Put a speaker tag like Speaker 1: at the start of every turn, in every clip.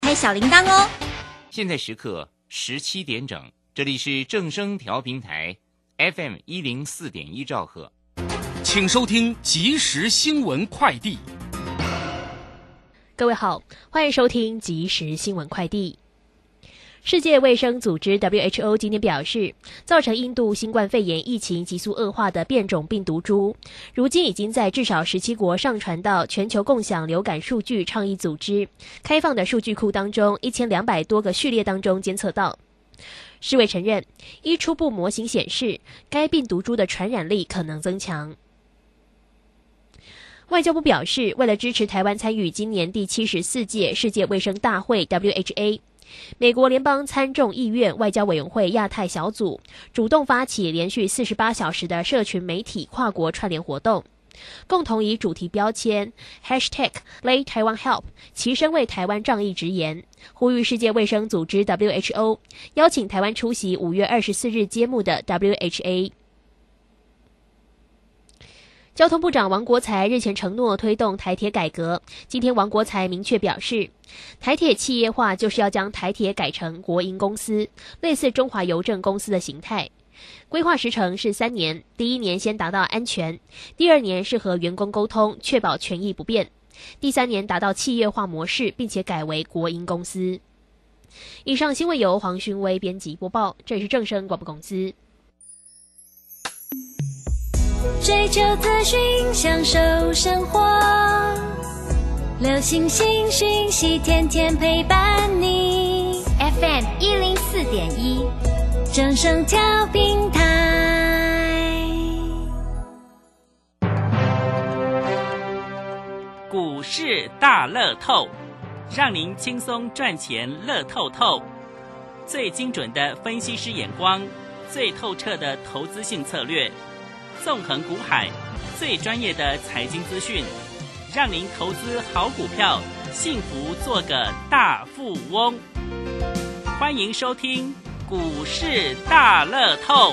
Speaker 1: 开小铃铛哦。
Speaker 2: 现在时刻十七点整，这里是正声调频台 FM 一零四点一兆赫。
Speaker 3: 请收听即时新闻快递。
Speaker 4: 各位好，欢迎收听即时新闻快递。世界卫生组织 （WHO） 今天表示，造成印度新冠肺炎疫情急速恶化的变种病毒株，如今已经在至少十七国上传到全球共享流感数据倡议组织开放的数据库当中一千两百多个序列当中监测到。世卫承认，依初步模型显示，该病毒株的传染力可能增强。外交部表示，为了支持台湾参与今年第七十四届世界卫生大会 （WHA）。美国联邦参众议院外交委员会亚太小组主动发起连续四十八小时的社群媒体跨国串联活动，共同以主题标签 #hashtag Lay Taiwan Help 齐声为台湾仗义直言，呼吁世界卫生组织 WHO 邀请台湾出席五月二十四日揭幕的 WHA。交通部长王国才日前承诺推动台铁改革。今天，王国才明确表示，台铁企业化就是要将台铁改成国营公司，类似中华邮政公司的形态。规划时程是三年，第一年先达到安全，第二年是和员工沟通，确保权益不变，第三年达到企业化模式，并且改为国营公司。以上新闻由黄勋威编辑播报，这里是正声广播公司。
Speaker 5: 追求资讯，享受生活。流星星讯息，天天陪伴你。
Speaker 6: FM 一零四点一，
Speaker 5: 正声调平台。
Speaker 7: 股市大乐透，让您轻松赚钱乐透透。最精准的分析师眼光，最透彻的投资性策略。纵横股海，最专业的财经资讯，让您投资好股票，幸福做个大富翁。欢迎收听《股市大乐透》。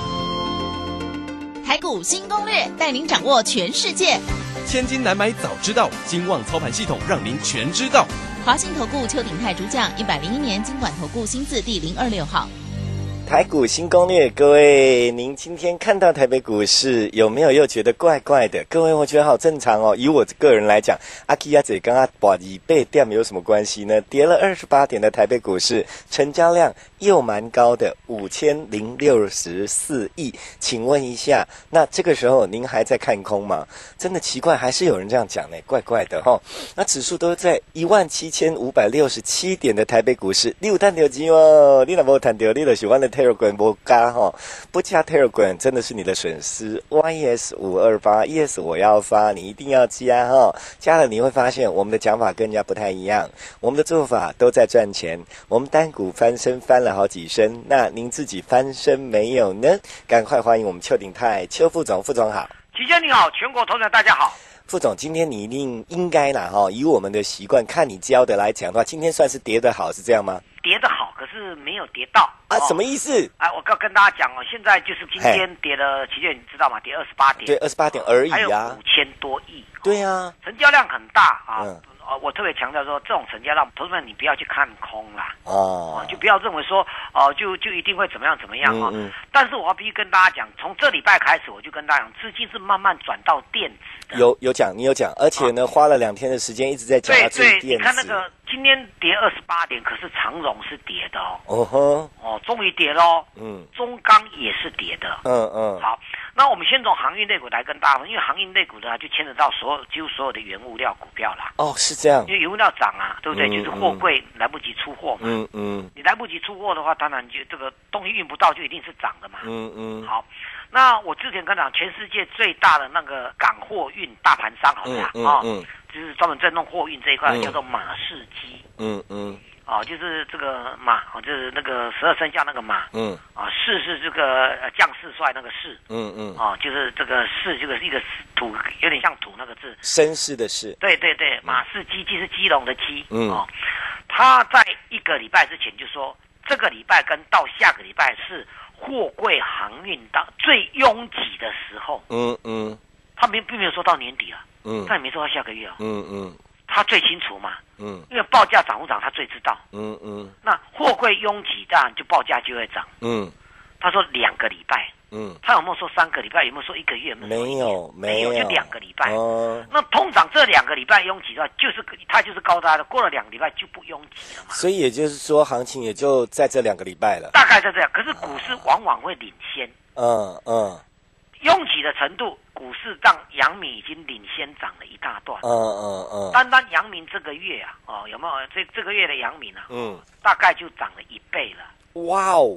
Speaker 8: 台股新攻略，带您掌握全世界。
Speaker 9: 千金难买早知道，金旺操盘系统让您全知道。
Speaker 8: 华信投顾邱鼎泰主讲，一百零一年经管投顾新字第零二六号。
Speaker 10: 台股新攻略，各位，您今天看到台北股市有没有又觉得怪怪的？各位，我觉得好正常哦。以我个人来讲，阿 K 亚姐刚刚把一倍掉有什么关系呢？跌了二十八点的台北股市，成交量又蛮高的五千零六十四亿。请问一下，那这个时候您还在看空吗？真的奇怪，还是有人这样讲呢，怪怪的哈、哦。那指数都在一万七千五百六十七点的台北股市，你有探掉机哦，你若没有探掉，你就喜欢的。Telegram 不加哈，不加 Telegram 真的是你的损失。YES 五二八，Yes 我要发，你一定要加哈。加了你会发现我们的讲法跟人家不太一样，我们的做法都在赚钱。我们单股翻身翻了好几身，那您自己翻身没有呢？赶快欢迎我们邱鼎泰邱副总，副总好，
Speaker 11: 齐杰你好，全国同仁大家好。
Speaker 10: 副总，今天你一定应该啦哈，以我们的习惯看你教的来讲的话，今天算是跌得好，是这样吗？
Speaker 11: 跌得好，可是没有跌到
Speaker 10: 啊、哦？什么意思？
Speaker 11: 哎、啊，我刚跟大家讲哦，现在就是今天跌了，奇骏你知道吗？跌二十八点，
Speaker 10: 对，二十八点而已
Speaker 11: 啊，五千多亿，
Speaker 10: 对啊，
Speaker 11: 成交量很大啊。嗯呃，我特别强调说，这种成交量，同志们你不要去看空啦，
Speaker 10: 哦、
Speaker 11: 呃，就不要认为说，哦、呃，就就一定会怎么样怎么样啊、哦。嗯嗯但是我要必须跟大家讲，从这礼拜开始，我就跟大家讲，资金是慢慢转到电子的。
Speaker 10: 有有讲，你有讲，而且呢，啊、花了两天的时间一直在讲
Speaker 11: 对
Speaker 10: 对，
Speaker 11: 你看那个今天跌二十八点，可是长荣是跌的哦，
Speaker 10: 哦吼，
Speaker 11: 哦，终于跌喽，
Speaker 10: 嗯，
Speaker 11: 中钢也是跌的，
Speaker 10: 嗯嗯，
Speaker 11: 好。那我们先从航运类股来跟大家，因为航运类股呢，就牵扯到所有几乎所有的原物料股票啦。
Speaker 10: 哦，是这样。
Speaker 11: 因为原物料涨啊，对不对？就
Speaker 10: 嗯、
Speaker 11: 是货柜来不及出货嘛。
Speaker 10: 嗯嗯。嗯
Speaker 11: 你来不及出货的话，当然就这个东西运不到，就一定是涨的嘛。
Speaker 10: 嗯嗯。嗯
Speaker 11: 好，那我之前跟讲，全世界最大的那个港货运大盘商好了啊，
Speaker 10: 哦，
Speaker 11: 就是专门在弄货运这一块，
Speaker 10: 嗯
Speaker 11: 叫做马士基
Speaker 10: 嗯嗯
Speaker 11: 啊，就是这个马，啊就是那个十二生肖那个马
Speaker 10: 嗯
Speaker 11: 啊，士是这个呃将士帅那个士
Speaker 10: 嗯嗯，
Speaker 11: 啊，就是这个士这个是一个土，有点像土那个字。
Speaker 10: 绅士的士，
Speaker 11: 对对对，马士基既是基隆的基，
Speaker 10: 嗯
Speaker 11: 哦，他在一个礼拜之前就说，这个礼拜跟到下个礼拜是货柜航运到最拥挤的时候，
Speaker 10: 嗯嗯
Speaker 11: 他没并没有说到年底啊，
Speaker 10: 嗯
Speaker 11: 他也没说到下个月啊，
Speaker 10: 嗯嗯
Speaker 11: 他最清楚嘛，
Speaker 10: 嗯
Speaker 11: 因为报价涨不涨他最知道，
Speaker 10: 嗯嗯
Speaker 11: 那货柜拥挤当然就报价就会涨，
Speaker 10: 嗯
Speaker 11: 他说两个礼拜，
Speaker 10: 嗯，
Speaker 11: 他有没有说三个礼拜，有没有说一个月？有没有说一
Speaker 10: 没
Speaker 11: 年
Speaker 10: 有没有，
Speaker 11: 就两个礼拜。
Speaker 10: 哦
Speaker 11: 那通常这两个礼拜拥挤的话，就是它就是高达的，过了两个礼拜就不拥挤了嘛，
Speaker 10: 所以也就是说，行情也就在这两个礼拜了。
Speaker 11: 大概是这样。可是股市往往会领先，
Speaker 10: 嗯嗯
Speaker 11: 拥挤的程度，股市让阳明已经领先涨了一大段
Speaker 10: 嗯。嗯嗯
Speaker 11: 单单阳明这个月啊，哦，有没有这这个月的阳明啊，
Speaker 10: 嗯，
Speaker 11: 大概就涨了一倍了。
Speaker 10: 哇哦，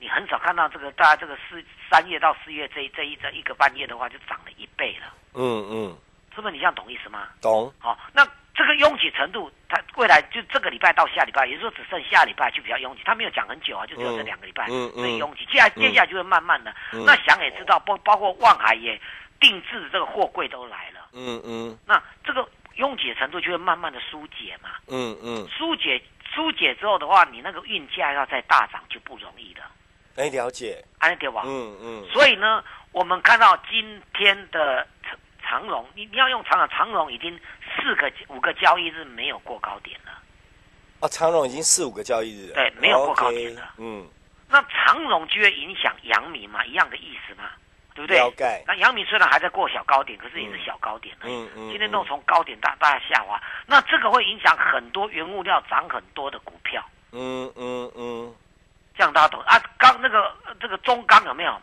Speaker 11: 你很少看到这个，大概这个四三月到四月这一这一这一个半月的话，就涨了一倍了，
Speaker 10: 嗯嗯，
Speaker 11: 是不是？你这样懂意思吗？
Speaker 10: 懂，
Speaker 11: 好、那这个拥挤程度，它未来就这个礼拜到下礼拜，也就是说只剩下礼拜就比较拥挤。他没有讲很久啊，就只有这两个礼拜
Speaker 10: 嗯嗯
Speaker 11: 最拥挤，接下来
Speaker 10: 嗯
Speaker 11: 接下来就会慢慢的。
Speaker 10: 嗯
Speaker 11: 那想也知道，包包括望海也定制的这个货柜都来了，
Speaker 10: 嗯嗯
Speaker 11: 那这个拥挤的程度就会慢慢的疏解嘛。
Speaker 10: 嗯嗯，
Speaker 11: 疏解疏解之后的话，你那个运价要再大涨就不容易了，
Speaker 10: 哎，了解，
Speaker 11: 安对吧？
Speaker 10: 嗯嗯，
Speaker 11: 所以呢，我们看到今天的长长荣，你你要用长荣，长荣已经四个五个交易日没有过高点了。
Speaker 10: 哦，长荣已经四五个交易日了，
Speaker 11: 对没有过高点
Speaker 10: OK，
Speaker 11: 了
Speaker 10: 嗯，
Speaker 11: 那长荣就会影响阳明嘛，一样的意思嘛，对不对
Speaker 10: 了？解，
Speaker 11: 那阳明虽然还在过小高点，可是也是小高点而已。
Speaker 10: 嗯嗯，
Speaker 11: 今天都从高点大大下滑，那这个会影响很多原物料涨很多的股票，
Speaker 10: 嗯嗯嗯
Speaker 11: 这样大家懂啊？刚那个呃这个中钢有没有？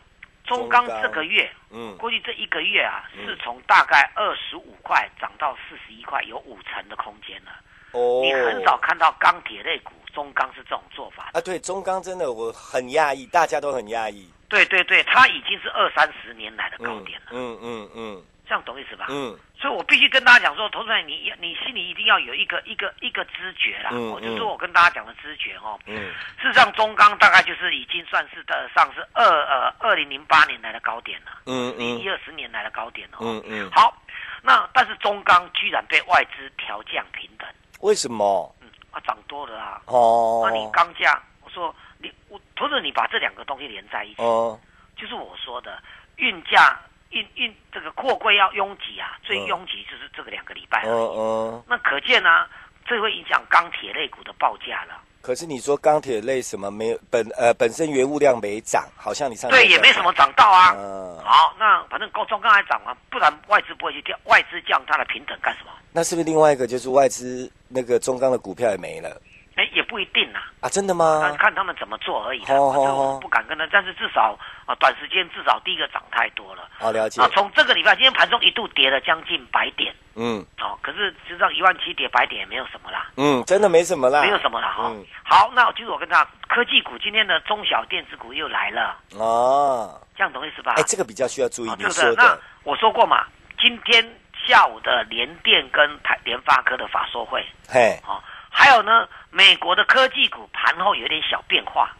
Speaker 11: 中钢
Speaker 10: 中钢
Speaker 11: 这个月，
Speaker 10: 嗯
Speaker 11: 过去这一个月啊，
Speaker 10: 嗯
Speaker 11: 是从大概二十五块涨到四十一块，有五成的空间了。
Speaker 10: 哦，
Speaker 11: 你很少看到钢铁类股中钢是这种做法的。
Speaker 10: 啊，对，中钢真的我很讶异，大家都很讶异，
Speaker 11: 对对对，它已经是二三十年来的高
Speaker 10: 嗯
Speaker 11: 点了，
Speaker 10: 嗯嗯嗯
Speaker 11: 这样懂意思吧？
Speaker 10: 嗯
Speaker 11: 所以我必须跟大家讲说，投资人你你心里一定要有一个一个一个知觉啦，
Speaker 10: 嗯
Speaker 11: 我就
Speaker 10: 嗯
Speaker 11: 是我跟大家讲的知觉哦。
Speaker 10: 嗯，
Speaker 11: 事实上，中钢大概就是已经算是的上是二呃二零零八年来的高点了，
Speaker 10: 嗯嗯
Speaker 11: 一二十年来的高点了哦。
Speaker 10: 嗯嗯，
Speaker 11: 好，那但是中钢居然被外资调降平等，
Speaker 10: 为什么？
Speaker 11: 嗯啊，涨多了啊。
Speaker 10: 哦
Speaker 11: 那，你钢价，我说你我投资人你把这两个东西连在一起，
Speaker 10: 哦，
Speaker 11: 就是我说的运价运运这个货柜要拥挤啊，最
Speaker 10: 嗯
Speaker 11: 拥挤就是这个两个礼拜
Speaker 10: 嗯
Speaker 11: 而已。
Speaker 10: 嗯，
Speaker 11: 那可见呢、啊，这会影响钢铁类股的报价了。
Speaker 10: 可是你说钢铁类什么没有本呃本身原物料没涨，好像你上次
Speaker 11: 对，也没什么涨到啊。
Speaker 10: 嗯
Speaker 11: 好，那反正高中刚才涨完，不然外资不会去掉，外资降它的平等干什么？
Speaker 10: 那是不是另外一个就是外资那个中钢的股票也没了
Speaker 11: 哎，也不一定啊，
Speaker 10: 啊？真的
Speaker 11: 那
Speaker 10: 吗？
Speaker 11: 看他们怎么做而已啦。
Speaker 10: 好
Speaker 11: 反正
Speaker 10: 好
Speaker 11: 我
Speaker 10: 好
Speaker 11: 们不敢跟他，但是至少啊，短时间至少第一个涨太多了。
Speaker 10: 好、了解
Speaker 11: 啊，，从这个礼拜，今天盘中一度跌了将近百点，
Speaker 10: 嗯
Speaker 11: 哦，可是实际上一万七跌百点也没有什么啦。
Speaker 10: 嗯，真的没什么啦，
Speaker 11: 没有什么了哈、
Speaker 10: 嗯
Speaker 11: 好，那就是我跟他科技股今天的中小电子股又来了，
Speaker 10: 啊，
Speaker 11: 这样懂意思吧？
Speaker 10: 哎、这个比较需要注意，
Speaker 11: 啊，
Speaker 10: 你
Speaker 11: 这个
Speaker 10: 说
Speaker 11: 那
Speaker 10: 的，
Speaker 11: 我说过嘛，今天下午的联电跟台联发科的法说会，
Speaker 10: 嘿，
Speaker 11: 哦，还有呢，美国的科技股盘后有点小变化，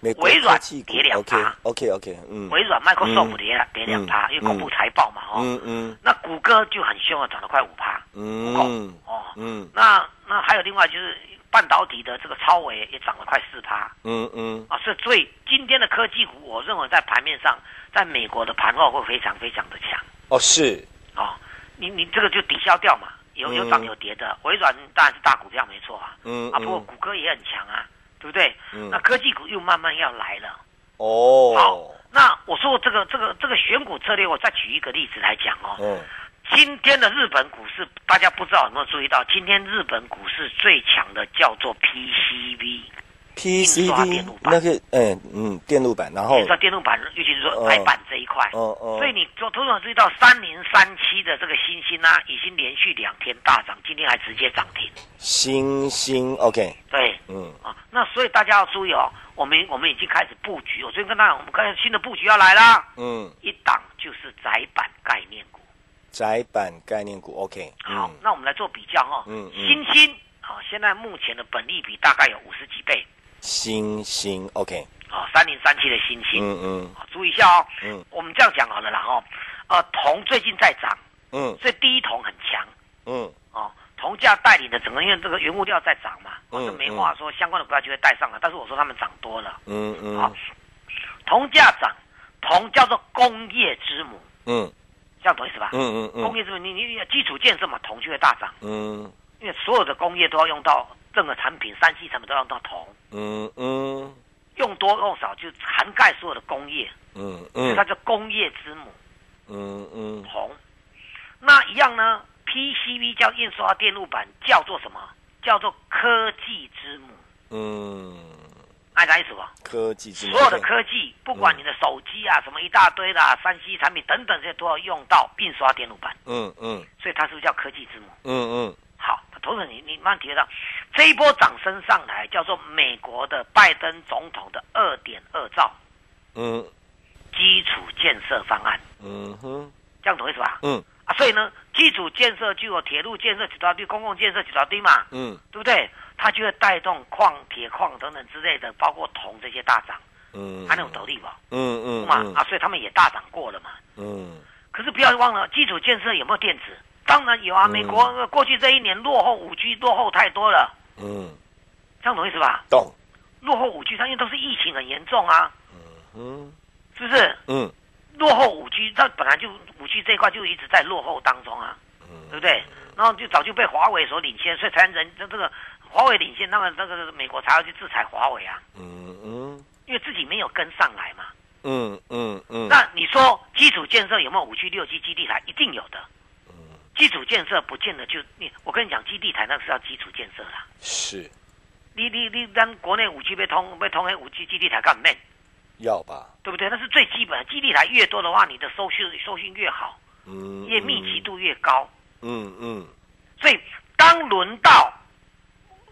Speaker 10: 美国
Speaker 11: 微软
Speaker 10: 科技股
Speaker 11: 跌两
Speaker 10: ，OK
Speaker 11: 趴
Speaker 10: OK OK，嗯
Speaker 11: 微软 Microsoft
Speaker 10: 嗯
Speaker 11: 跌了、跌两趴，
Speaker 10: 嗯
Speaker 11: 因为公布财报嘛，哦，
Speaker 10: 嗯嗯
Speaker 11: 那谷歌就很凶啊，涨了快五趴，
Speaker 10: 嗯
Speaker 11: 哦，
Speaker 10: 嗯
Speaker 11: 那那还有另外就是半导体的这个超微也涨了快四趴，
Speaker 10: 嗯嗯，
Speaker 11: 啊，是所以今天的科技股，我认为在盘面上，在美国的盘后会非常非常的强
Speaker 10: 哦是，
Speaker 11: 哦。你你这个就抵消掉嘛，有有涨
Speaker 10: 嗯
Speaker 11: 有跌的，微软当然是大股票没错啊，
Speaker 10: 嗯
Speaker 11: 啊，不过
Speaker 10: 嗯
Speaker 11: 谷歌也很强啊，对不对？
Speaker 10: 嗯
Speaker 11: 那科技股又慢慢要来了。
Speaker 10: 哦
Speaker 11: 好，那我说这个这个这个选股策略，我再举一个例子来讲哦。
Speaker 10: 嗯
Speaker 11: 今天的日本股市，大家不知道有没有注意到，今天日本股市最强的叫做 PCB。印刷电路
Speaker 10: PCB
Speaker 11: 板
Speaker 10: 那个嗯嗯电路板，然后
Speaker 11: 也算电动板，尤其是说
Speaker 10: 嗯
Speaker 11: 白板这一块。
Speaker 10: 嗯嗯
Speaker 11: 所以你就通常注意到三零三七的这个星星啊，已经连续两天大涨，今天还直接涨停。
Speaker 10: 星星 OK，
Speaker 11: 对，
Speaker 10: 嗯
Speaker 11: 啊，那所以大家要注意哦，我们我们已经开始布局。我昨天跟大家讲，我们开始新的布局要来啦，
Speaker 10: 嗯。
Speaker 11: 一档就是窄板概念股。
Speaker 10: 窄板概念股，OK，
Speaker 11: 好，那我们来做比较哈、哦。
Speaker 10: 嗯嗯
Speaker 11: 新兴，好、现在目前的本利比大概有五十几倍，
Speaker 10: 星星，OK，
Speaker 11: 哦，三零三七的新兴，
Speaker 10: 嗯嗯
Speaker 11: 好注意一下哦。
Speaker 10: 嗯
Speaker 11: 我们这样讲好了啦哦，呃，铜最近在涨，
Speaker 10: 嗯
Speaker 11: 所以第一铜很强
Speaker 10: 嗯
Speaker 11: 哦，铜价带领的整个因为这个原物料在涨嘛，我、
Speaker 10: 嗯
Speaker 11: 这没话说，相关的股票就会带上来，但是我说他们涨多了，
Speaker 10: 嗯嗯，
Speaker 11: 好，铜价涨，铜叫做工业之母，
Speaker 10: 嗯
Speaker 11: 这样懂意思吧？
Speaker 10: 嗯嗯嗯
Speaker 11: 工业之母，你你你基础建设嘛，铜就会大涨，
Speaker 10: 嗯
Speaker 11: 因为所有的工业都要用到任何产品，三 C 产品都要用到铜，
Speaker 10: 嗯嗯
Speaker 11: 用多用少就涵盖所有的工业，
Speaker 10: 嗯
Speaker 11: 所以它
Speaker 10: 嗯
Speaker 11: 叫工业之母。
Speaker 10: 嗯嗯
Speaker 11: 红。那一样呢？PCB 叫印刷电路板，叫做什么？叫做科技之母，
Speaker 10: 嗯，
Speaker 11: 爱啥意思吧？
Speaker 10: 科技之母
Speaker 11: 所有的科技，不管你的手机啊，什么一大堆的啊三 C 产品等等，这些都要用到印刷电路板，
Speaker 10: 嗯嗯
Speaker 11: 所以它是不是叫科技之母？
Speaker 10: 嗯嗯
Speaker 11: 好，同时你你慢慢体会到，这一波涨升上来叫做美国的拜登总统的二点二兆
Speaker 10: 嗯
Speaker 11: 基础建设方案，
Speaker 10: 嗯哼，
Speaker 11: 这样懂意思吧？
Speaker 10: 嗯
Speaker 11: 啊，所以呢，基础建设具有铁路建设几条地、公共建设几条地嘛，
Speaker 10: 嗯
Speaker 11: 对不对？它就会带动矿、铁矿等等之类的，包括铜这些大涨，
Speaker 10: 嗯，
Speaker 11: 还能有得利吧？
Speaker 10: 嗯嗯
Speaker 11: 嘛啊，所以他们也大涨过了嘛。
Speaker 10: 嗯
Speaker 11: 可是不要忘了，基础建设有没有电子？当然有啊，
Speaker 10: 嗯
Speaker 11: 美国呃过去这一年落后五 G 落后太多了，
Speaker 10: 嗯，
Speaker 11: 这样懂意思吧？
Speaker 10: 懂，
Speaker 11: 落后五 G，它因为都是疫情很严重啊，
Speaker 10: 嗯
Speaker 11: 是不是？
Speaker 10: 嗯
Speaker 11: 落后五 G，它本来就五 G 这一块就一直在落后当中啊，
Speaker 10: 嗯
Speaker 11: 对不对？然后就早就被华为所领先，所以才人这这个华为领先，那么这个美国才要去制裁华为啊，
Speaker 10: 嗯嗯
Speaker 11: 因为自己没有跟上来嘛。
Speaker 10: 嗯嗯嗯，
Speaker 11: 那你说基础建设有没有五 G、六 G 基地台？一定有的。
Speaker 10: 嗯
Speaker 11: 基础建设不见得就你，我跟你讲，基地台那个是要基础建设啦。
Speaker 10: 是
Speaker 11: 你你你，咱国内五 G 被通被通黑五 G 基地台干咩？
Speaker 10: 要吧？
Speaker 11: 对不对？那是最基本的。基地台越多的话，你的收讯收讯越好，
Speaker 10: 嗯，
Speaker 11: 越密集，度越高。
Speaker 10: 嗯嗯
Speaker 11: 所以当轮
Speaker 10: 哦
Speaker 11: 到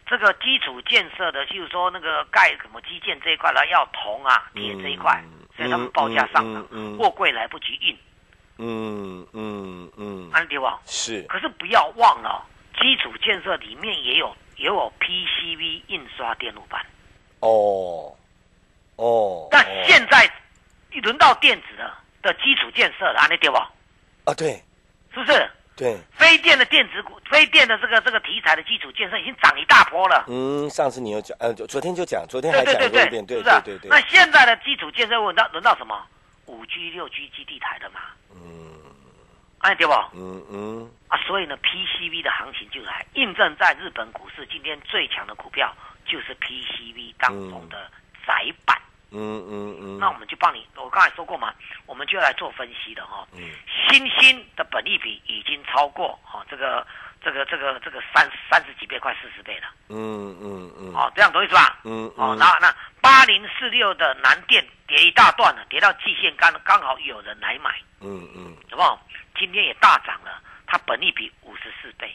Speaker 11: 这个基础建设的，譬如说那个盖什么基建这一块了，要铜啊、铁这一块，
Speaker 7: 嗯
Speaker 11: 所以他们报价上涨，
Speaker 10: 嗯嗯嗯嗯
Speaker 11: 货柜来不及运，
Speaker 10: 嗯嗯嗯，
Speaker 11: 安迪网。
Speaker 10: 是，
Speaker 11: 可是不要忘了，基础建设里面也有也有 PCB 印刷电路板，
Speaker 10: 哦哦，
Speaker 11: 但现在哎轮到电子的的基础建设了，安迪对不？
Speaker 10: 啊对
Speaker 11: 是不是？
Speaker 10: 对，
Speaker 11: 非电的电子股，非电的这个这个题材的基础建设已经涨一大波了。
Speaker 10: 嗯，上次你有讲，呃，就昨天就讲，昨天 还
Speaker 11: 对
Speaker 10: 讲
Speaker 11: 对对
Speaker 10: 过一
Speaker 11: 对，
Speaker 10: 遍，
Speaker 11: 是
Speaker 10: 对
Speaker 11: 不是
Speaker 10: 对对，
Speaker 11: 那现在的基础建设轮到轮到什么？五 G、六 G 基地台的嘛。哎，对不？
Speaker 10: 嗯嗯
Speaker 11: 啊，所以呢，PCB 的行情就来印证在日本股市今天最强的股票就是 PCB 当中的窄板。
Speaker 10: 嗯嗯嗯，
Speaker 11: 那我们就帮你，我刚才说过嘛，我们就要来做分析的哈、哦。
Speaker 10: 嗯
Speaker 11: 新兴的本益比已经超过哦这个这个这个这个三三十几倍，快四十倍了。
Speaker 10: 嗯嗯嗯，
Speaker 11: 哦，这样懂意思吧？
Speaker 10: 嗯
Speaker 11: 哦
Speaker 10: 嗯，
Speaker 11: 那那八零四六的南电跌一大段了，跌到季线刚刚好有人来买，
Speaker 10: 嗯嗯
Speaker 11: 好不好？今天也大涨了，它本利比五十四倍，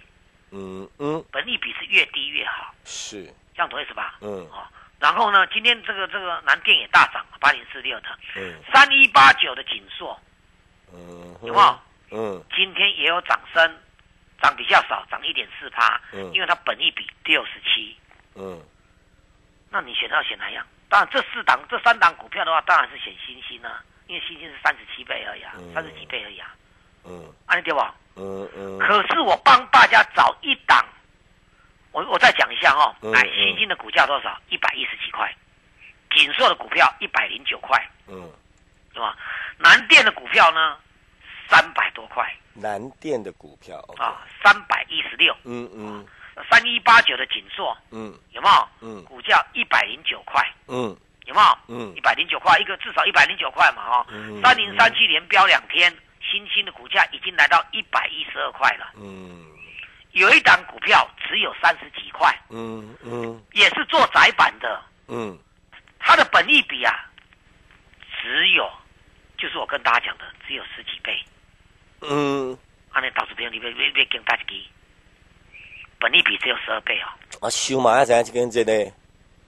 Speaker 10: 嗯嗯，
Speaker 11: 本利比是越低越好，
Speaker 10: 是，
Speaker 11: 这样懂意思吧？
Speaker 10: 嗯
Speaker 11: 哦，然后呢，今天这个这个南电也大涨，八零四六的
Speaker 10: 嗯
Speaker 11: 三一八九的锦硕
Speaker 10: 嗯，
Speaker 11: 有没有？
Speaker 10: 嗯
Speaker 11: 今天也有涨升，涨比较少，涨一点四趴
Speaker 10: 嗯，
Speaker 11: 因为它本利比六十七，
Speaker 10: 嗯
Speaker 11: 那你选要选哪样？当然，这四档、这三档股票的话，当然是选新兴啊，因为新兴是三十七倍而已啊
Speaker 10: 嗯，
Speaker 11: 三十几倍而已啊，
Speaker 10: 嗯
Speaker 11: 安利对吧？
Speaker 10: 嗯嗯，
Speaker 11: 可是我帮大家找一档，我我再讲一下哦
Speaker 10: 嗯，
Speaker 11: 哎，
Speaker 10: 嗯
Speaker 11: 新兴的股价多少？一百一十几块，锦硕的股票一百零九块，
Speaker 10: 嗯，
Speaker 11: 是吧？南电的股票呢，三百多块
Speaker 10: 南电的股票
Speaker 11: 啊，三百一十六，啊
Speaker 10: 嗯嗯
Speaker 11: 三一八九的锦硕
Speaker 10: 嗯
Speaker 11: 有没有？
Speaker 10: 嗯
Speaker 11: 股价一百零九块，
Speaker 10: 嗯
Speaker 11: 有没有？
Speaker 10: 嗯
Speaker 11: 一百零九块一个，至少一百零九块嘛，哈、
Speaker 10: 嗯
Speaker 11: 三零三七连标两天，新兴的股价已经来到一百一十二块了。
Speaker 10: 嗯
Speaker 11: 有一档股票只有三十几块，
Speaker 10: 嗯嗯
Speaker 11: 也是做窄板的，
Speaker 10: 嗯
Speaker 11: 它的本益比啊，只有，就是我跟大家讲的，只有十几倍。
Speaker 10: 嗯，
Speaker 11: 啊，那导致朋友你别别别跟大家给，本益比只有十二倍哦，
Speaker 10: 啊我修嘛，咱就跟这个，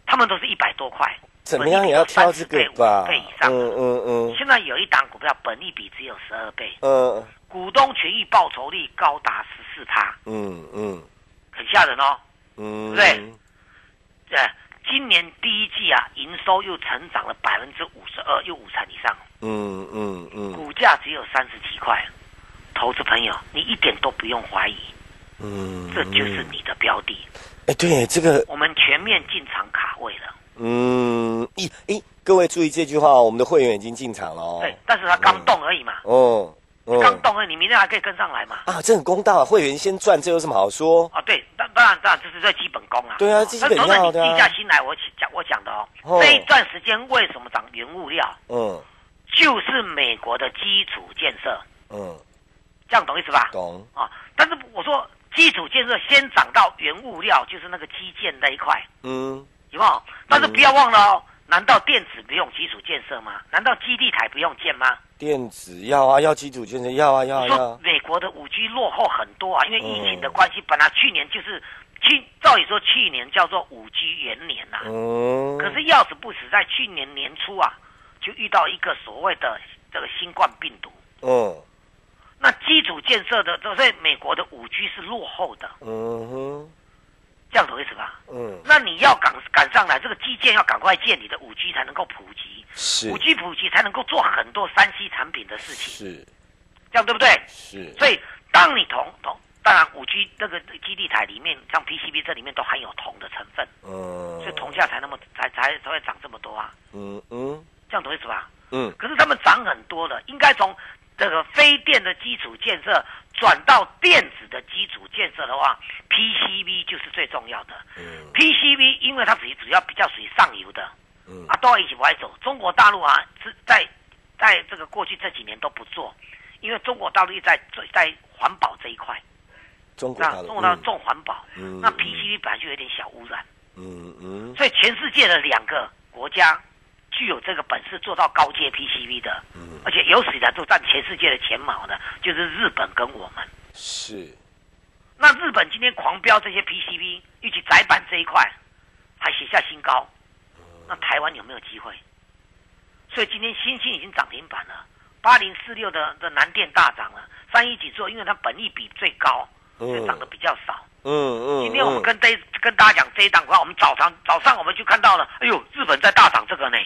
Speaker 11: 他们都是一百多块，
Speaker 10: 怎么样也要挑这个吧？
Speaker 11: 倍以上。
Speaker 10: 嗯嗯嗯。
Speaker 11: 现在有一档股票，本利比只有十二倍，
Speaker 10: 嗯
Speaker 11: 股东权益报酬率高达十四趴，
Speaker 10: 嗯嗯
Speaker 11: 很吓人哦。
Speaker 10: 嗯。
Speaker 11: 对呃，今年第一季啊，营收又成长了百分之五十二，又五成以上，
Speaker 10: 嗯嗯嗯
Speaker 11: 股价只有三十几块。投资朋友，你一点都不用怀疑，
Speaker 10: 嗯。
Speaker 11: 这就是你的标的。
Speaker 10: 哎，对这个，
Speaker 11: 我们全面进场卡位了。
Speaker 10: 嗯，一哎，各位注意这句话哦，我们的会员已经进场了哦。
Speaker 11: 对，但是它刚动而已嘛，
Speaker 10: 哦。嗯
Speaker 11: 刚动而已，你明天还可以跟上来嘛。
Speaker 10: 啊，这很公道啊！会员先赚，这有什么好说？
Speaker 11: 啊，对，当当然当然，这是最基本功啊。
Speaker 10: 对啊基本
Speaker 11: 那
Speaker 10: 要
Speaker 11: 同
Speaker 10: 的
Speaker 11: 时
Speaker 10: 啊
Speaker 11: 你静下心来，我起讲我讲的哦，
Speaker 10: 哦
Speaker 11: 这一段时间为什么涨原物料，
Speaker 10: 嗯
Speaker 11: 就是美国的基础建设，
Speaker 10: 嗯，
Speaker 11: 这样懂意思吧？
Speaker 10: 懂。
Speaker 11: 啊，但是我说基础建设先涨到原物料，就是那个基建那一块，
Speaker 10: 嗯
Speaker 11: 有没有？但是不要忘了哦，难道电子不用基础建设吗？难道基地台不用建吗？
Speaker 10: 电子要啊，要基础建设要啊，要啊，
Speaker 11: 我
Speaker 10: 要嗯
Speaker 11: 说
Speaker 10: 啊。
Speaker 11: 美国的五 G 落后很多啊，因为疫情的关系，本来去年就是去，照理说去年叫做五 G 元年啊呐、
Speaker 10: 嗯。
Speaker 11: 可是要死不死，在去年年初啊，就遇到一个所谓的这个新冠病毒。
Speaker 10: 嗯
Speaker 11: 那基础建设的，所以美国的五 G 是落后的，
Speaker 10: 嗯哼
Speaker 11: 这样懂意思吧？
Speaker 10: 嗯，
Speaker 11: 那你要赶赶上来，这个基建要赶快建，你的五 G 才能够普及，
Speaker 10: 是
Speaker 11: 五 G 普及才能够做很多三 C 产品的事情，
Speaker 10: 是
Speaker 11: 这样对不对？
Speaker 10: 是。
Speaker 11: 所以，当你铜铜，当然五 G 那个基地台里面，像 PCB 这里面都含有铜的成分，
Speaker 10: 嗯
Speaker 11: 所以铜价才那么才才才会涨这么多啊，
Speaker 10: 嗯嗯
Speaker 11: 这样懂意思吧？
Speaker 10: 嗯
Speaker 11: 可是他们涨很多了，应该从这个非电的基础建设转到电子的基础建设的话，PCB 就是最重要的。
Speaker 10: 嗯
Speaker 11: PCB 因为它属于主要比较属于上游的，
Speaker 10: 嗯
Speaker 11: 啊，都要一起往外走。中国大陆啊，是在在这个过去这几年都不做，因为中国大陆一直在在环保这一块，
Speaker 10: 中国
Speaker 11: 那
Speaker 10: 大陆，
Speaker 11: 中国大陆重环保，
Speaker 10: 嗯
Speaker 11: 那 PCB 本来就有点小污染，
Speaker 10: 嗯嗯
Speaker 11: 所以全世界的两个国家具有这个本事做到高阶 PCB 的，
Speaker 10: 嗯
Speaker 11: 而且有史以来都占全世界的前茅的，就是日本跟我们。
Speaker 10: 是
Speaker 11: 那日本今天狂飙这些 PCB，以及窄板这一块，还写下新高，那台湾有没有机会？所以今天新兴已经涨停板了，八零四六的的南电大涨了，三一几做，因为它本益比最高，所以涨得比较少。
Speaker 10: 嗯嗯。
Speaker 11: 今天我们
Speaker 10: 嗯
Speaker 11: 跟这一跟大家讲这一档股票，我们早上早上我们就看到了，哎呦，日本在大涨这个呢，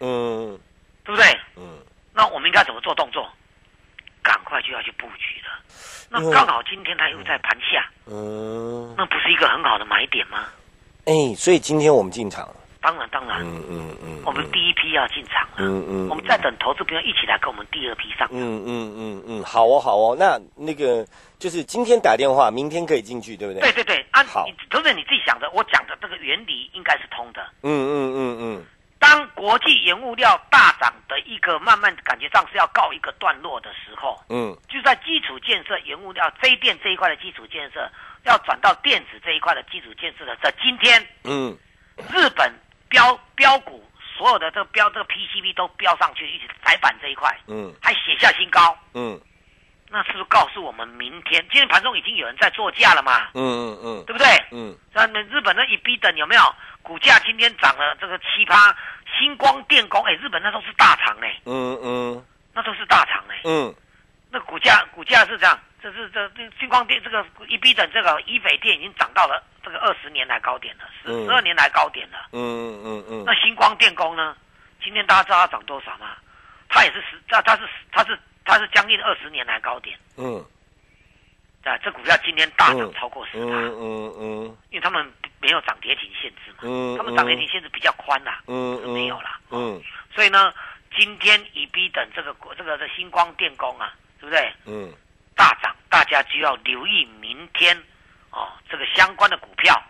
Speaker 10: 嗯
Speaker 11: 对不对？
Speaker 10: 嗯
Speaker 11: 那我们应该怎么做动作？赶快就要去布局了。那
Speaker 10: 嗯
Speaker 11: 刚好今天它又在盘下，
Speaker 10: 嗯
Speaker 11: 那不是一个很好的买点吗？
Speaker 10: 哎，所以今天我们进场了。
Speaker 11: 当然，当然，
Speaker 10: 嗯嗯嗯。
Speaker 11: 我们第一批要进场了。
Speaker 10: 嗯嗯。
Speaker 11: 我们再等投资朋友一起来跟我们第二批上。
Speaker 10: 嗯嗯嗯嗯，好哦好哦，那那个就是今天打电话，明天可以进去，对不对？
Speaker 11: 对对对，按
Speaker 10: 好
Speaker 11: 你投资人你自己想的，我讲的这个原理应该是通的。
Speaker 10: 嗯嗯嗯
Speaker 11: 当国际原物料大涨的一个慢慢感觉上是要告一个段落的时候，
Speaker 10: 嗯
Speaker 11: 就在基础建设、原物料、非电这一块的基础建设，要转到电子这一块的基础建设的这今天，
Speaker 10: 嗯嗯
Speaker 11: 日本标标股所有的这个标这个 PCB 都标上去，一直窄板这一块
Speaker 10: 嗯
Speaker 11: 还写下新高，
Speaker 10: 嗯
Speaker 11: 那是不是告诉我们明天？今天盘中已经有人在做价了嘛，
Speaker 10: 嗯嗯
Speaker 11: 对不对？
Speaker 10: 嗯
Speaker 11: 那那日本的一逼等有没有？股价今天涨了这个七趴，星光电工，哎，日本那都是大厂哎、
Speaker 10: 嗯嗯
Speaker 11: 那都是大厂哎、
Speaker 10: 嗯
Speaker 11: 那股价股价是这样，这是这这星光电这个一逼等这个一北电已经涨到了这个二十年来高点了，十
Speaker 10: 嗯
Speaker 11: 十二年来高点了。
Speaker 10: 嗯嗯嗯
Speaker 11: 那星光电工呢？今天大家知道它涨多少吗？它也是十，它它是它是它是将近二十年来高点
Speaker 10: 嗯
Speaker 11: 啊！这股票今天大涨超过十趴，
Speaker 10: 嗯嗯
Speaker 11: 因为他们没有涨跌停限制嘛，
Speaker 10: 嗯
Speaker 11: 他们涨跌停限制比较宽啦、
Speaker 10: 嗯嗯
Speaker 11: 没有啦。
Speaker 10: 嗯
Speaker 11: 所以呢，今天以逼等这个这个这星光电工啊，对不对？
Speaker 10: 嗯
Speaker 11: 大涨，大家就要留意明天哦，这个相关的股票，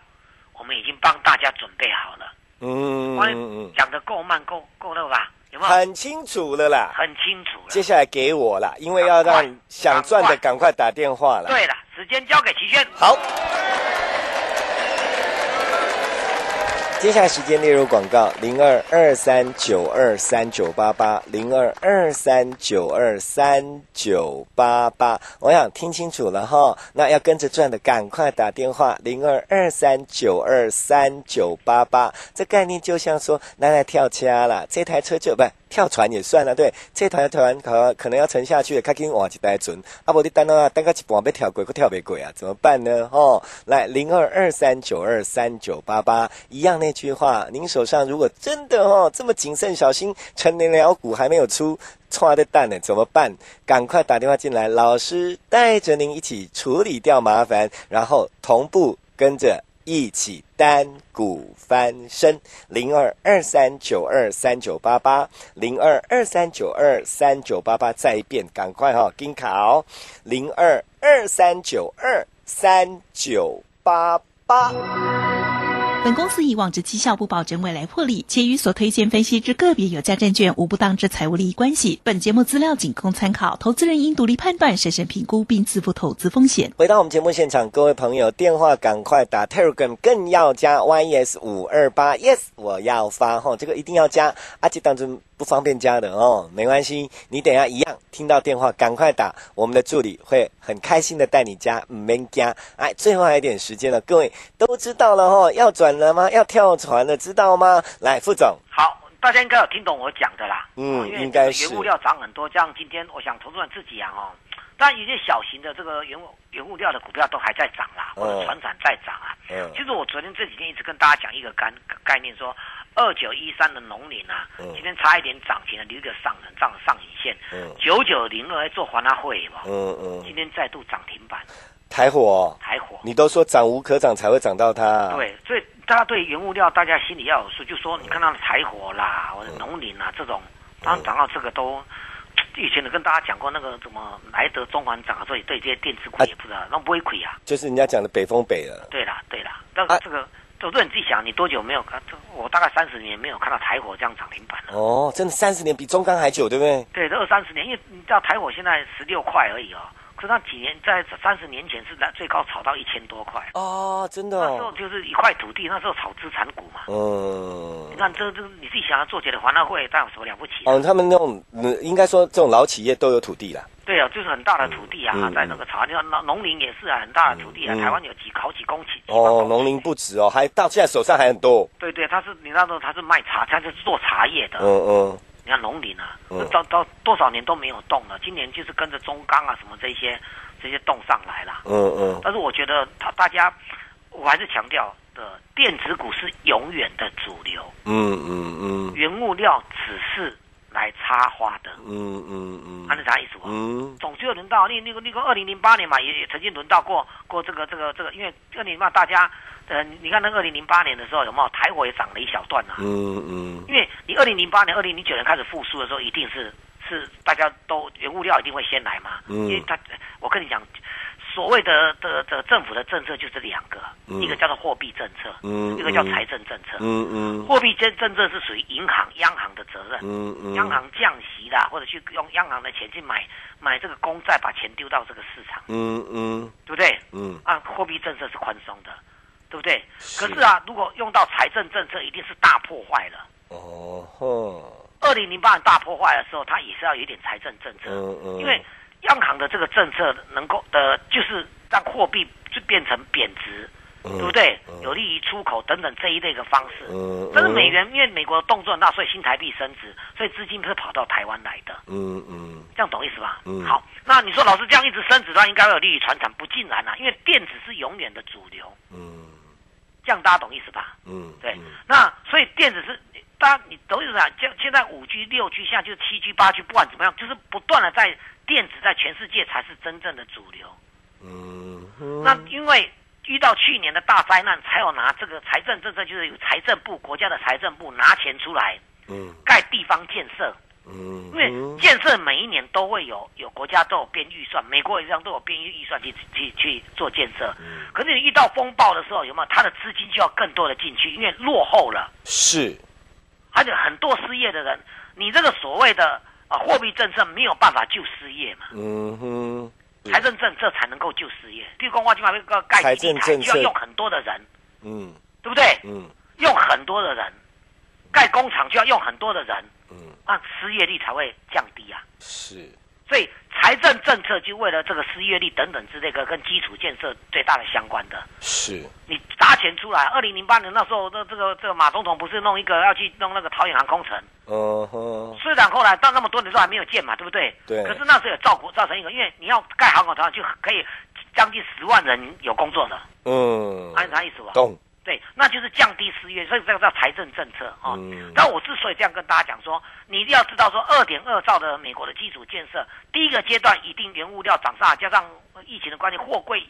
Speaker 11: 我们已经帮大家准备好了。
Speaker 10: 嗯嗯嗯，
Speaker 11: 讲的够慢够够那个吧？有没有？
Speaker 10: 很清楚了啦。
Speaker 11: 很清楚了。
Speaker 10: 啊接下来给我啦，因为要让想赚的赶快打电话了。
Speaker 11: 对了，时间交给齐轩。
Speaker 10: 好。接下来时间列入广告：零二二三九二三九八八，零二二三九二三九八八。我想听清楚了哈，那要跟着转的赶快打电话，零二二三九二三九八八。这概念就像说拿来跳掐啦，这台车就不。跳船也算了，对，这台船可可能要沉下去了，赶紧换一台船。啊，不你等到等到一半要跳过，可跳不过啊，怎么办呢？哦，来零二二三九二三九八八，一样那句话，您手上如果真的哦这么谨慎小心，成年了股还没有出。错的蛋呢？怎么办？赶快打电话进来，老师带着您一起处理掉麻烦，然后同步跟着一起单股翻身。零二二三九二三九八八，零二二三九二三九八八，再一遍，赶快哈、哦，跟考零二二三九二三九八八。
Speaker 1: 本公司以往之绩效不保证未来获利，且与所推荐分析之个别有价证券无不当之财务利益关系。本节目资料仅供参考，投资人应独立判断、审慎评估并自负投资风险。
Speaker 10: 回到我们节目现场，各位朋友，电话赶快打 Telegram，更要加 YES 五二八 Yes，我要发吼，这个一定要加，而且当中不方便加的哦，没关系，你等下一样听到电话赶快打，我们的助理会很开心的带你加，唔免加。哎，最后还有点时间了，各位都知道了吼，要转。了吗？要跳船了，知道吗？来，副总，
Speaker 11: 好，大家应该有听懂我讲的啦。
Speaker 10: 嗯，
Speaker 11: 哦因为
Speaker 10: 应该是
Speaker 11: 原物料涨很多，这样今天我想投资人自己啊，哦，但有些小型的这个原物原物料的股票都还在涨啦，或
Speaker 10: 哦
Speaker 11: 者船产在涨啊。
Speaker 10: 嗯，
Speaker 11: 其实我昨天这几天一直跟大家讲一个概概念说，说二九一三的农林啊，
Speaker 10: 嗯、
Speaker 11: 今天差一点涨停了，留一个上人上上影线。
Speaker 10: 嗯，
Speaker 11: 九九零二做华纳会嘛。
Speaker 10: 嗯嗯，
Speaker 11: 今天再度涨停板。
Speaker 10: 台火，哦
Speaker 11: 台火，
Speaker 10: 你都说涨无可涨才会涨到它、啊。
Speaker 11: 对，所以大家对原物料，大家心里要有数，就说你看到柴火啦，
Speaker 10: 嗯
Speaker 11: 或者农林啊这种，当涨到这个都，以前的跟大家讲过那个什么莱德中环涨，所以对这些电子
Speaker 10: 哎
Speaker 11: 股也不知道，那、啊、不会亏啊。
Speaker 10: 就是人家讲的北风北了。
Speaker 11: 对啦，对啦，
Speaker 10: 哎
Speaker 11: 那个这个。啊我对你自己想，你多久没有看？我大概三十年没有看到台火这样涨停板了。
Speaker 10: 哦，真的三十年比中钢还久，对不对？
Speaker 11: 对，这二三十年，因为你知道台火现在十六块而已哦，可是那几年在三十年前是最高炒到一千多块。
Speaker 10: 哦，真的、
Speaker 11: 哦。那时候就是一块土地，那时候炒资产股嘛。
Speaker 10: 嗯。
Speaker 11: 你看这这你自己想要做起来，环大会，但有什么了不起、啊？
Speaker 10: 哦，他们那种，应该说这种老企业都有土地啦。
Speaker 11: 对啊，就是很大的土地啊，
Speaker 10: 嗯嗯、
Speaker 11: 在那个茶地方，农林也是啊，很大的土地啊。
Speaker 10: 嗯、
Speaker 11: 台湾有几好几公顷。
Speaker 10: 哦，农林不止哦，还到现在手上还很多。
Speaker 11: 对对，他是你那时候他是卖茶，他是做茶叶的。
Speaker 10: 嗯嗯。
Speaker 11: 你看农林啊，
Speaker 10: 嗯、
Speaker 11: 到到多少年都没有动了，今年就是跟着中钢啊什么这些这些动上来了。
Speaker 10: 嗯嗯。
Speaker 11: 但是我觉得他大家，我还是强调的，电子股是永远的主流。
Speaker 10: 嗯嗯嗯。
Speaker 11: 原物料只是。来插花的，
Speaker 10: 嗯嗯嗯，
Speaker 11: 按、嗯、照、啊、啥意思
Speaker 10: 哦？嗯，
Speaker 11: 总就轮到那那个那个二零零八年嘛，也也曾经轮到过过这个这个这个，因为二零零八大家，呃，你看那二零零八年的时候有没有台火也涨了一小段啊？
Speaker 10: 嗯嗯，
Speaker 11: 因为你二零零八年、二零零九年开始复苏的时候，一定是是大家都原物料一定会先来嘛，
Speaker 10: 嗯、
Speaker 11: 因为他我跟你讲。所谓的的的政府的政策就是两个，
Speaker 10: 嗯、
Speaker 11: 一个叫做货币政策，
Speaker 10: 嗯、
Speaker 11: 一个叫财政政策。
Speaker 10: 嗯嗯，嗯
Speaker 11: 货币政政策是属于银行、央行的责任。
Speaker 10: 嗯嗯，
Speaker 11: 央行降息啦，或者去用央行的钱去买买这个公债，把钱丢到这个市场。
Speaker 10: 嗯嗯，
Speaker 11: 对不对？
Speaker 10: 嗯，
Speaker 11: 啊，货币政策是宽松的，对不对？
Speaker 10: 是
Speaker 11: 可是啊，如果用到财政政策，一定是大破坏了。
Speaker 10: 哦吼，
Speaker 11: 二零零八大破坏的时候，它也是要有一点财政政策，
Speaker 10: 嗯嗯，
Speaker 11: 因为。央行的这个政策能够呃，就是让货币就变成贬值，
Speaker 10: 嗯、
Speaker 11: 对不对？有利于出口等等这一类的方式。
Speaker 10: 嗯，
Speaker 11: 但是美元因为美国动作很大，所以新台币升值，所以资金会跑到台湾来的。
Speaker 10: 嗯嗯，
Speaker 11: 这样懂意思吧？
Speaker 10: 嗯，
Speaker 11: 好，那你说老师这样一直升值，那应该会有利于船产，不尽然啊，因为电子是永远的主流。
Speaker 10: 嗯，
Speaker 11: 这样大家懂意思吧？
Speaker 10: 嗯，
Speaker 11: 对，
Speaker 10: 嗯、
Speaker 11: 那所以电子是。大家你懂意思啊？现现在五 G、六 G，现在就是七 G、八 G，不管怎么样，就是不断的在电子在全世界才是真正的主流。
Speaker 10: 嗯，
Speaker 11: 那因为遇到去年的大灾难，才有拿这个财政政策，就是有财政部国家的财政部拿钱出来，
Speaker 10: 嗯，
Speaker 11: 盖地方建设，
Speaker 10: 嗯，
Speaker 11: 因为建设每一年都会有有国家都有编预算，美国也这样都有编预预算去去去做建设。
Speaker 10: 嗯，
Speaker 11: 可是你遇到风暴的时候，有没有它的资金就要更多的进去，因为落后了。
Speaker 10: 是。
Speaker 11: 而且很多失业的人，你这个所谓的啊货币政策没有办法救失业嘛，
Speaker 10: 嗯哼，
Speaker 11: 财政政策才能够救失业。譬如光华金华那个盖
Speaker 10: 财政政
Speaker 11: 策，需要用很多的人，
Speaker 10: 嗯，
Speaker 11: 对不对？
Speaker 10: 嗯，
Speaker 11: 用很多的人，盖工厂就要用很多的人，嗯，那失业率才会降低啊。
Speaker 10: 是，
Speaker 11: 所以财政政策就为了这个失业率等等之类的，跟基础建设最大的相关的。
Speaker 10: 是，
Speaker 11: 你砸钱出来，二零零八年那时候，那这个这个马总统不是弄一个要去弄那个桃园航空城？
Speaker 10: 嗯哼，
Speaker 11: 虽然后来到那么多年都还没有建嘛，对不对？
Speaker 10: 对
Speaker 11: 可是那时候有造国造成一个，因为你要盖航空城就可以将近十万人有工作的，
Speaker 10: 嗯，
Speaker 11: 按哎啥意思吧？啊
Speaker 10: 懂，
Speaker 11: 对，那就是降低失业，所以这个叫财政政策啊。
Speaker 10: 嗯
Speaker 11: 但我之所以这样跟大家讲说，你一定要知道说，二点二兆的美国的基础建设，第一个阶段一定原物料涨上来，加上疫情的关系，货柜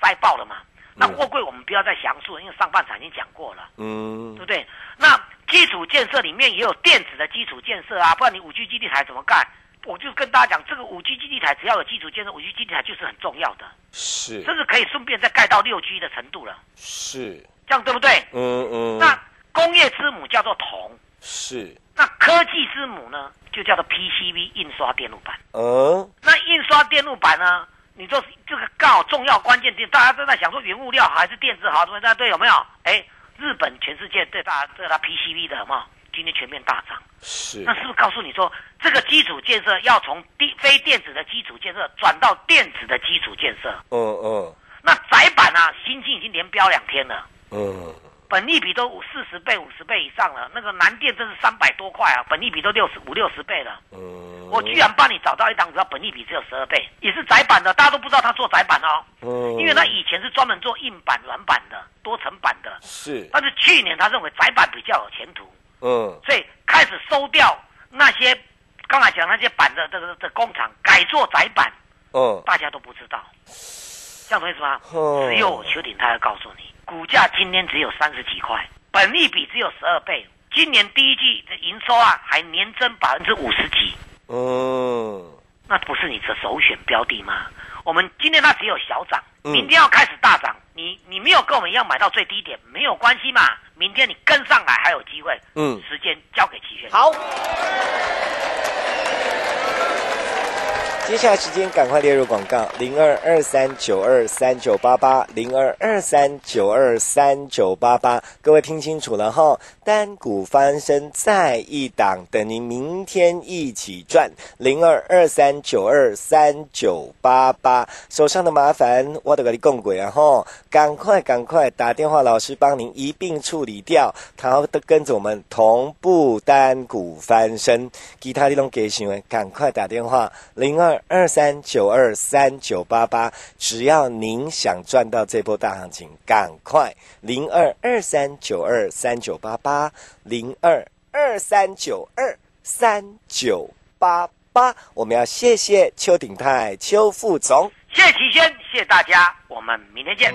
Speaker 11: 塞爆了嘛。那
Speaker 10: 嗯
Speaker 11: 货柜我们不要再详述了，因为上半场已经讲过了。
Speaker 10: 嗯
Speaker 11: 对不，对？那基础建设里面也有电子的基础建设啊，不然你五 G 基地台怎么盖？我就跟大家讲，这个五 G 基地台只要有基础建设，五 G 基地台就是很重要的，
Speaker 10: 是
Speaker 11: 甚至可以顺便再盖到六 G 的程度了，
Speaker 10: 是，
Speaker 11: 这样对不对？
Speaker 10: 嗯嗯，
Speaker 11: 那工业之母叫做铜，
Speaker 10: 是，
Speaker 11: 那科技之母呢就叫做 PCB 印刷电路板。
Speaker 10: 嗯，
Speaker 11: 那印刷电路板呢？你说这个刚好重要关键点，大家都在想说原物料好还是电子好，什么大家对有没有？哎，日本全世界最大最大 PCB 的有没有？今天全面大涨。
Speaker 10: 是
Speaker 11: 那，是不是告诉你说，这个基础建设要从低非电子的基础建设转到电子的基础建设？
Speaker 10: 嗯嗯
Speaker 11: 那窄板啊，新进已经连标两天了，
Speaker 10: 嗯，
Speaker 11: 本利比都四十倍、五十倍以上了。那个南电真是三百多块啊，本利比都六十五六十倍了。
Speaker 10: 嗯，
Speaker 11: 我居然帮你找到一档股票，本利比只有十二倍，也是窄板的，大家都不知道他做窄板哦，
Speaker 10: 嗯，
Speaker 11: 因为他以前是专门做硬板、软板的、多层板的，
Speaker 10: 是，
Speaker 11: 但是去年他认为窄板比较有前途，
Speaker 10: 嗯
Speaker 11: 所以开始收掉那些刚才讲那些板的这个这工厂，改做窄板，
Speaker 10: 嗯，
Speaker 11: 大家都不知道，这样懂意思吗？
Speaker 10: 哦
Speaker 11: 只有邱鼎泰要告诉你，股价今天只有三十几块，本利比只有十二倍，今年第一季的营收啊还年增百分之五十几，
Speaker 10: 嗯，
Speaker 11: 那不是你的首选标的吗？我们今天它只有小涨，
Speaker 10: 嗯
Speaker 11: 明天要开始大涨，你你没有跟我们一样买到最低点，没有关系嘛，明天你跟上来还有机会。
Speaker 10: 嗯
Speaker 11: 时间交给齐轩。
Speaker 12: 好，
Speaker 10: 接下来时间赶快列入广告，零二二三九二三九八八，零二二三九二三九八八。各位听清楚了哈，单股翻身再一档，等您明天一起赚。零二二三九二三九八八，手上的麻烦我都给你供鬼啊哈，赶快赶快打电话，老师帮您一并处理掉，然后都跟着我们同步单股翻身。其他你拢给想的，赶快打电话零二二三九二三九八八。只要您想赚到这波大行情，赶快零二二三九二三九八八零二二三九二三九八八。我们要谢谢邱鼎泰邱副总。
Speaker 11: 谢谢齐轩，谢谢大家，我们明天见。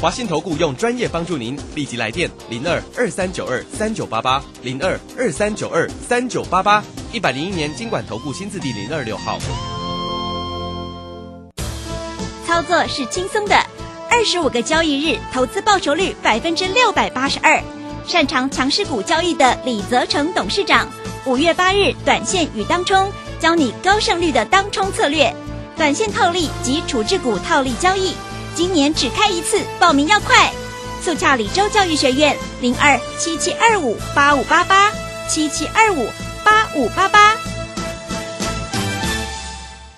Speaker 9: 华信投顾用专业帮助您，立即来电零二二三九二三九八八零二二三九二三九八八，一百零一年经管投顾新字第零二六号。
Speaker 6: 操作是轻松的，二十五个交易日投资报酬率百分之六百八十二。擅长强势股交易的李泽成董事长，五月八日短线与当冲，教你高胜率的当冲策略，短线套利及处置股套利交易，今年只开一次，报名要快。速洽李州教育学院零二七七二五八五八八七七二五八五八八。